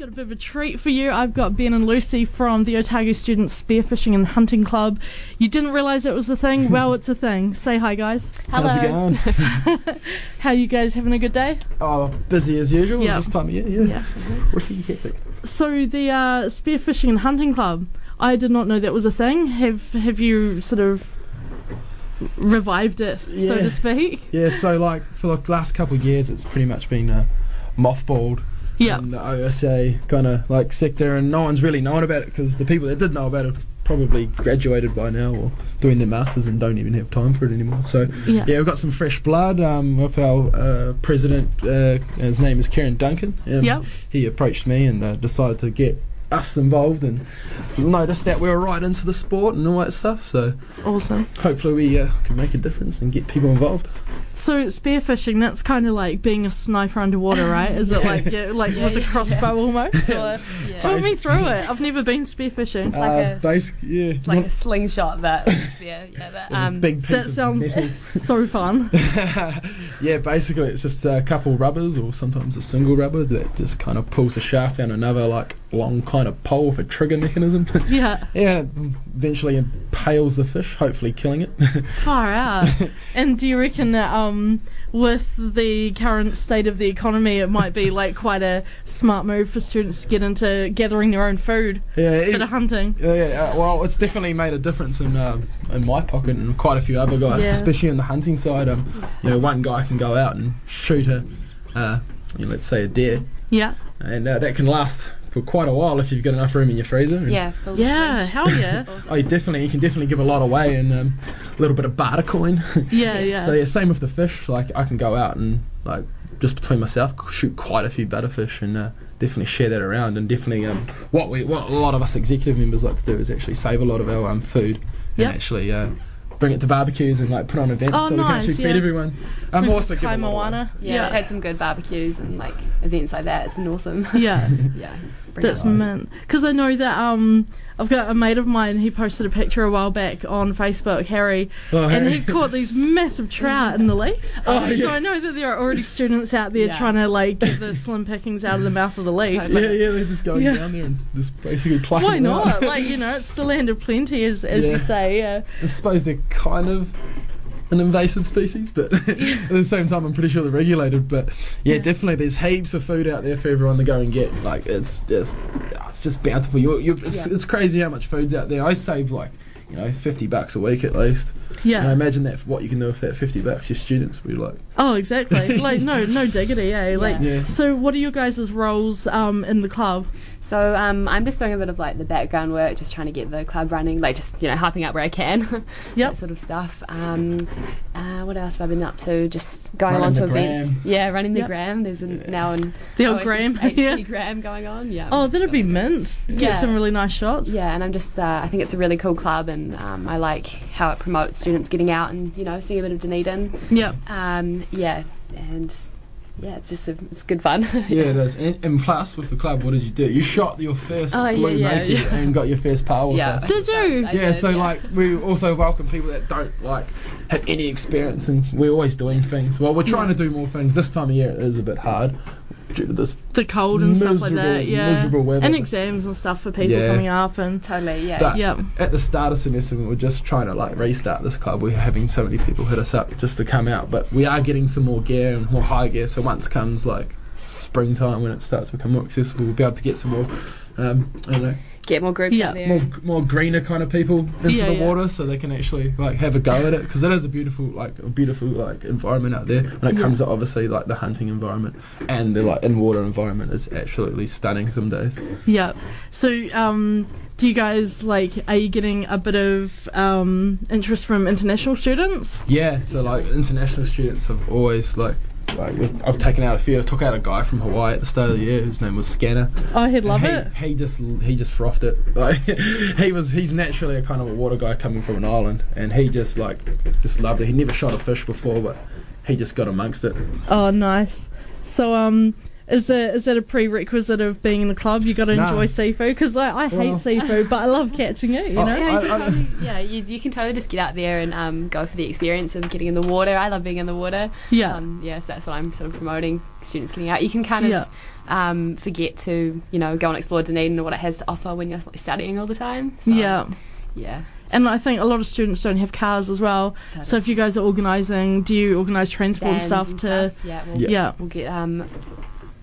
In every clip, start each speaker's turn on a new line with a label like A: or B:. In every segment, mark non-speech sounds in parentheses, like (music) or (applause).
A: Got a bit of a treat for you. I've got Ben and Lucy from the Otago Students Spearfishing and Hunting Club. You didn't realise it was a
B: (laughs)
A: thing? Well, it's a thing. Say hi, guys.
B: How's it going? (laughs)
A: How you guys having a good day?
B: oh, busy as usual.
A: Yeah.
B: It's this time of year. Yeah.
A: Yeah.
B: Pretty (laughs) hectic.
A: So the uh, Spearfishing and Hunting Club, I did not know that was a thing. Have Have you sort of revived it, so
B: Yeah.
A: to speak?
B: Yeah. So like for the last couple of years, it's pretty much been uh, mothballed.
A: Yeah.
B: In the OSA kind of like sector, and no one's really known about it because the people that did know about it probably graduated by now or doing their masters and don't even have time for it anymore. So
A: Yeah.
B: yeah, we've got some fresh blood um, with our uh, president. Uh, his name is Karen Duncan. Um,
A: Yep.
B: He approached me and uh, decided to get us involved and noticed that we were right into the sport and all that stuff. So
A: Awesome.
B: hopefully we uh, can make a difference and get people involved.
A: So spearfishing, that's kind of like being a sniper underwater, right? Is it like yeah, like with a crossbow
B: (laughs)
A: almost? Or, Talk me through it. I've never been spearfishing.
C: like
B: uh,
C: a-
B: basic, yeah.
C: It's like a slingshot that sphere. Yeah, but um,
B: big piece
A: That
B: of
A: sounds
B: metal.
A: so
B: (laughs)
A: fun.
B: yeah, basically it's just a couple rubbers or sometimes a single rubber that just kind of pulls a shaft down another like long kind of pole with a trigger mechanism. (laughs)
A: Yeah,
B: yeah, it eventually impales the fish, hopefully killing it. (laughs)
A: far out. And do you reckon that um, with the current state of the economy, it might be like quite a smart move for students to get into gathering their own food,
B: yeah,
A: bit
B: it,
A: of hunting?
B: yeah, yeah, uh, well, it's definitely made a difference in um, in my pocket and quite a few other guys,
A: Yeah.
B: especially on the hunting side. Um, you know, one guy can go out and shoot a, uh, you know, let's say a deer,
A: Yeah,
B: and uh, that can last for quite a while if you've got enough room in your freezer. And-
C: yeah, full
A: yeah,
C: slingshot.
A: hell yeah,
B: Oh, you definitely, you can definitely give a lot away and um, a little bit of barter coin.
A: (laughs) yeah, yeah.
B: so yeah, same with the fish. Like I can go out and like just between myself shoot quite a few butterfish and uh, definitely share that around. And definitely, um, what we what a lot of us executive members like to do is actually save a lot of our um, food
A: Yep.
B: and actually. Uh, Bring it to barbecues and like put on events
A: Oh,
B: so we can
A: nice,
B: actually
A: yeah.
B: feed everyone. (laughs) I'm
A: Who's
B: also
A: Kai
B: giving a lot away.
A: Moana?
C: Yeah, we've had some good barbecues and like events like that. It's been awesome.
A: (laughs)
B: (laughs)
C: (laughs)
A: yeah.
C: yeah. bring
A: That's
C: it on.
A: mint. Because I know that um, I've got a mate of mine. He posted a picture a while back on Facebook, Harry,
B: Oh,
A: and
B: Harry.
A: he caught these massive trout in the lake.
B: Oh,
A: So
B: yeah.
A: I know that there are already students out there
C: Yeah.
A: trying to like get the slim pickings out of the mouth of the lake.
B: (laughs) (laughs)
C: Totally.
B: Yeah, yeah, they're just going
A: Yeah.
B: down there and just basically plucking.
A: Why
B: them out. (laughs)
A: not? like you know, it's the land of plenty, as as
B: Yeah.
A: you say. Yeah.
B: I suppose they're kind of an invasive species, but (laughs) at the same time, I'm pretty sure they're regulated. But yeah, definitely, there's heaps of food out there for everyone to go and get. Like it's just, ah, it's just bountiful. You're, you're, it's,
C: Yeah.
B: it's crazy how much food's out there. I save like, you know, 50 bucks a week at least. And I
A: Yeah.
B: imagine that what you can do with that 50 bucks, your students will be like,
A: oh, exactly. Like no, no diggity, eh? Like.
B: Yeah.
A: So, what are your guys' roles um, in the club?
C: So um, I'm just doing a bit of like the background work, just trying to get the club running, like just you know helping out where I can, (laughs)
A: Yep.
C: that sort of stuff. Um, uh, what else have I been up to? Just going
B: Running
C: along to
B: the
C: events.
B: gram.
C: Yeah, running the
A: Yep.
C: gram. There's an, now an
A: The old
C: OSS
A: gram, (laughs)
C: HC
A: yeah.
C: gram going on. Yeah.
A: Oh, that'd be mint. Get
C: Yeah.
A: some really nice shots.
C: Yeah, and I'm just, uh, I think it's a really cool club, and um, I like how it promotes students getting out and, you know, seeing a bit of Dunedin.
A: Yep.
C: Um, yeah, and yeah, it's just, a, it's good fun. (laughs)
B: yeah, it is. And, and plus, with the club, what did you do? You shot your first
C: Oh, yeah,
B: blue
C: yeah,
B: monkey
C: yeah.
B: and got your
C: (laughs)
B: first power with
C: yeah.
B: us.
A: Did you?
C: I
B: yeah,
C: did,
B: so like we also welcome people that don't like have any experience, and we're always doing things. Well, we're trying to do more things. This time of year it is a bit hard due to this.
A: the cold and stuff like
B: Miserable-
A: that. Yeah,
B: miserable weather.
A: and exams and stuff for people
B: Yeah.
A: coming up and
C: Totally, yeah.
B: But
A: Yep.
B: at the start of semester, when we we're just trying to like restart this club. We're having so many people hit us up just to come out, but we are getting some more gear and more high gear. So once comes like springtime when it starts to become more accessible, we'll be able to get some more. Um, I don't know,
C: Get more groups
A: Yeah.
C: out there.
B: more more greener kind of people into
A: Yeah,
B: the
A: yeah.
B: water so they can actually like have a go at it because it is a beautiful like a beautiful like environment out there when it
A: Yeah.
B: comes to obviously like the hunting environment and the like in water environment is absolutely stunning some days
A: yeah. So, um, do you guys like? Are you getting a bit of um, interest from international students?
B: yeah so like international students have always like like we've- I've taken out a few I took out a guy from Hawaii at the start of the year his name was Scanner
A: Oh, he'd love
B: he,
A: it.
B: He just he just frothed it. (laughs) Like he was he's naturally a kind of a water guy coming from an island, and he just like just loved it. He never shot a fish before, but he just got amongst it.
A: Oh, nice. So, um, Is that is that a prerequisite of being in the club? You got to
B: Nah.
A: enjoy CFO because I, I hate
B: Well-
A: CFO, but I love catching it. You
B: Oh,
A: know,
C: Yeah, you,
B: I-
C: can
B: I-
C: totally, yeah you, you can totally just get out there and um, go for the experience of getting in the water. I love being in the water.
A: Yeah.
C: Um, yeah, so that's what I'm sort of promoting students getting out. You can kind of
A: Yeah.
C: um, forget to, you know, go and explore Dunedin and what it has to offer when you're like, studying all the time. So,
A: yeah.
C: Yeah.
A: And I think a lot of students don't have cars as well. So
C: Totally.
A: if you guys are organising, do you organise transport and
C: Vans
A: stuff
C: and
A: to?
C: stuff. Yeah, we'll,
B: Yeah.
A: Yeah.
C: we'll get um,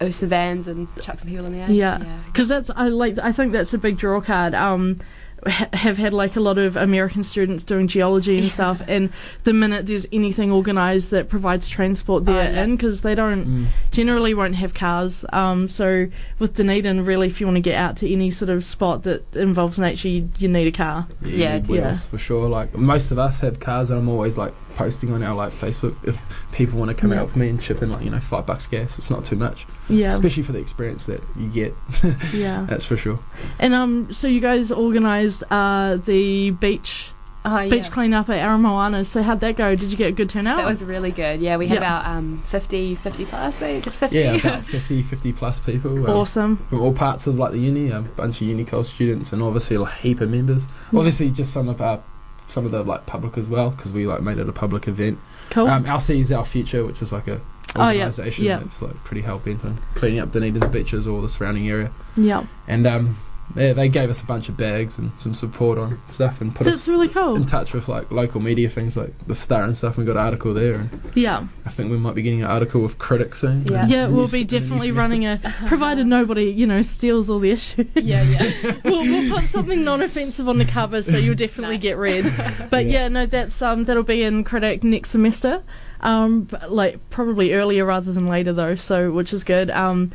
C: Ursa vans and chuck some people in there.
A: Yeah, because that's I like I think that's a big draw card. Um, ha- have had like a lot of American students doing geology and stuff, and the minute there's anything organised that provides transport
C: Oh,
A: there
C: yeah.
A: in, because they don't generally won't have cars. Um, so with Dunedin, really, if you want to get out to any sort of spot that involves nature, you, you need a car.
C: Yeah,
B: you need
A: yeah.
B: wheels for sure. Like most of us have cars, and I'm always like posting on our like Facebook if people want to come
A: Yeah.
B: out with me and chip in like you know five bucks gas. It's not too much,
A: Yeah,
B: especially for the experience that you get.
A: (laughs) yeah.
B: That's for sure.
A: And um, so you guys organised uh the beach.
C: Oh, yeah.
A: Ah, Beach cleanup at Aramoana. So how'd that go? Did you get a good turnout?
C: That was really good. Yeah, we had
A: Yeah.
C: about um, 50, 50 plus, so just 50.
A: (laughs)
C: (laughs)
B: Yeah, about 50, 50 plus people. um,
A: awesome.
B: From all parts of like the uni, a bunch of Unicol students, and obviously like, a heap of members.
A: Yeah.
B: Obviously, just some of our some of the like public as well because we like made it a public event.
A: Cool.
B: Um, Alsi is our future, which is like a
A: Oh, yeah,
B: organisation
A: yeah.
B: that's like pretty hell bent on cleaning up Dunedin's beaches or the surrounding area.
A: yeah.
B: and um, they, they gave us a bunch of bags and some support on stuff and put
A: That's
B: us
A: really cool.
B: in touch with like local media things like the Star and stuff. And we got an article there, and
A: yeah.
B: I think we might be getting an article with critics soon.
C: Yeah.
B: And
A: Yeah,
B: and
A: we'll
B: you
A: be
B: s- and
A: definitely
B: you s-
A: running a. Provided nobody, you know, steals all the issue.
C: yeah, yeah.
A: (laughs)
B: (laughs)
A: we'll, we'll put something non offensive on the cover so you'll definitely
C: Nice.
A: get
C: (laughs)
A: read. But yeah.
B: Yeah.
A: no, that's um, that'll be in Critic next semester. Um, but, like, probably earlier rather than later, though, so which is good. Um,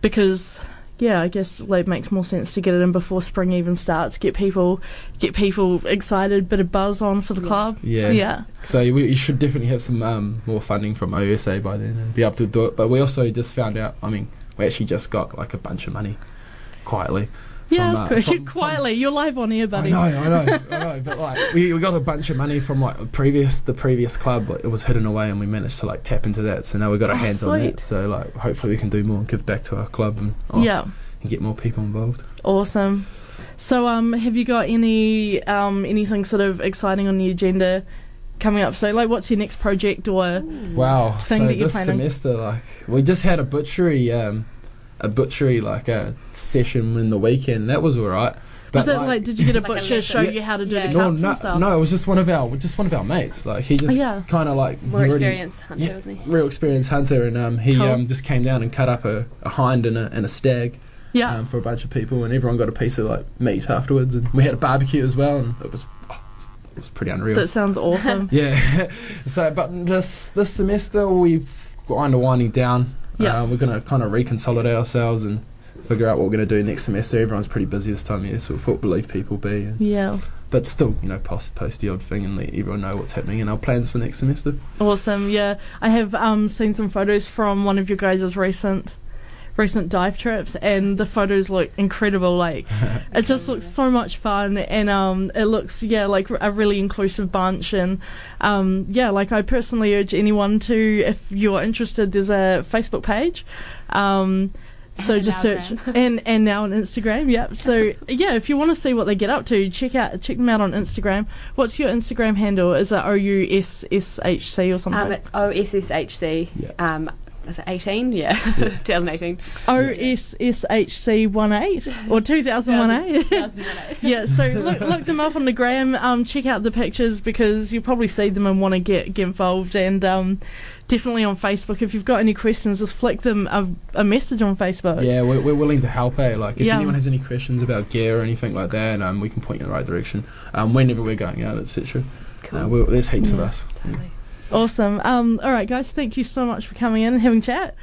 A: because. Yeah, I guess like makes more sense to get it in before spring even starts. Get people, get people excited, bit of buzz on for the club.
B: Yeah.
A: yeah,
B: So we, you should definitely have some um, more funding from OSA by then and be able to do it. But we also just found out. I mean, we actually just got like a bunch of money, quietly.
A: yeah.
B: from,
A: that's
B: uh,
A: great.
B: from-
A: (laughs) Quietly, you're live on air, buddy.
B: I know, I know, I know. But (laughs) like, we, we got a bunch of money from like the previous the previous club. Like, it was hidden away, and we managed to like tap into that. So now we got our
A: Oh,
B: hands on
A: sweet.
B: that. So like, hopefully we can do more and give back to our club and uh,
A: Yeah.
B: and get more people involved.
A: Awesome. So, um, have you got any um, anything sort of exciting on the agenda coming up? So, like, what's your next project or
B: Wow.
A: Thing
B: so
A: that you're
B: this
A: planning.
B: semester, like, we just had a butchery, um, a butchery like a session in the weekend. That was alright.
A: was it like, did you get a
C: Like a
A: butcher
C: lesson.
A: show
B: Yeah.
A: you how to do
C: Yeah.
A: the
B: no,
A: cuts
B: no,
A: and stuff?
B: Uh,
A: Oh,
B: no, it was just one of our just one of our mates. Like he just
A: yeah.
B: kind of like
C: More
B: already-
C: experienced hunter,
B: Yeah,
C: wasn't he?
B: real experienced hunter, and um, he
A: Cool.
B: um, just came down and cut up a, a hind and a, and a stag
A: Yeah.
B: um, for a bunch of people, and everyone got a piece of like meat afterwards, and we had a barbecue as well, and it was oh, it was pretty unreal.
A: that sounds
B: (laughs)
A: awesome.
B: yeah. so, but this this semester we kind of winding down.
A: Yeah.
B: Uh, we're gonna kind of reconsolidate ourselves and figure out what we're gonna do next semester. Everyone's pretty busy this time of year, so we thought we'll leave people be, and,
A: yeah.
B: but still, you know, post post the odd thing and let everyone know what's happening and our plans for next semester.
A: Awesome. Yeah. I have um, seen some photos from one of your guys' recent recent dive trips and the photos look incredible like it just looks so much fun and um it looks yeah like a really inclusive bunch and um yeah like i personally urge anyone to if you're interested there's a facebook page um so
C: And
A: just
C: now
A: search
C: Instagram.
A: and and now on instagram yep so yeah if you want to see what they get up to check out check them out on instagram what's your instagram handle is it o-u-s-s-h-c or something
C: Um, it's OSSHC.
B: Yeah.
C: Um, is it 18? Yeah, (laughs) 2018.
A: OSSHC18 or (laughs) 2018.
C: 2018.
A: yeah, so look, look them up on the gram, um, check out the pictures because you'll probably see them and want to get, get involved. And um, definitely on Facebook, if you've got any questions, just flick them a, a message on Facebook.
B: Yeah, we're, we're willing to help, eh? Like, if
A: Yeah.
B: anyone has any questions about gear or anything like that, um, we can point you in the right direction um, whenever we're going out, etc. Uh,
C: Cool.
B: we'll, there's heaps of
A: Yeah.
B: us.
C: Totally.
A: Awesome. Um, all right, guys, thank you so much for coming in and having a chat.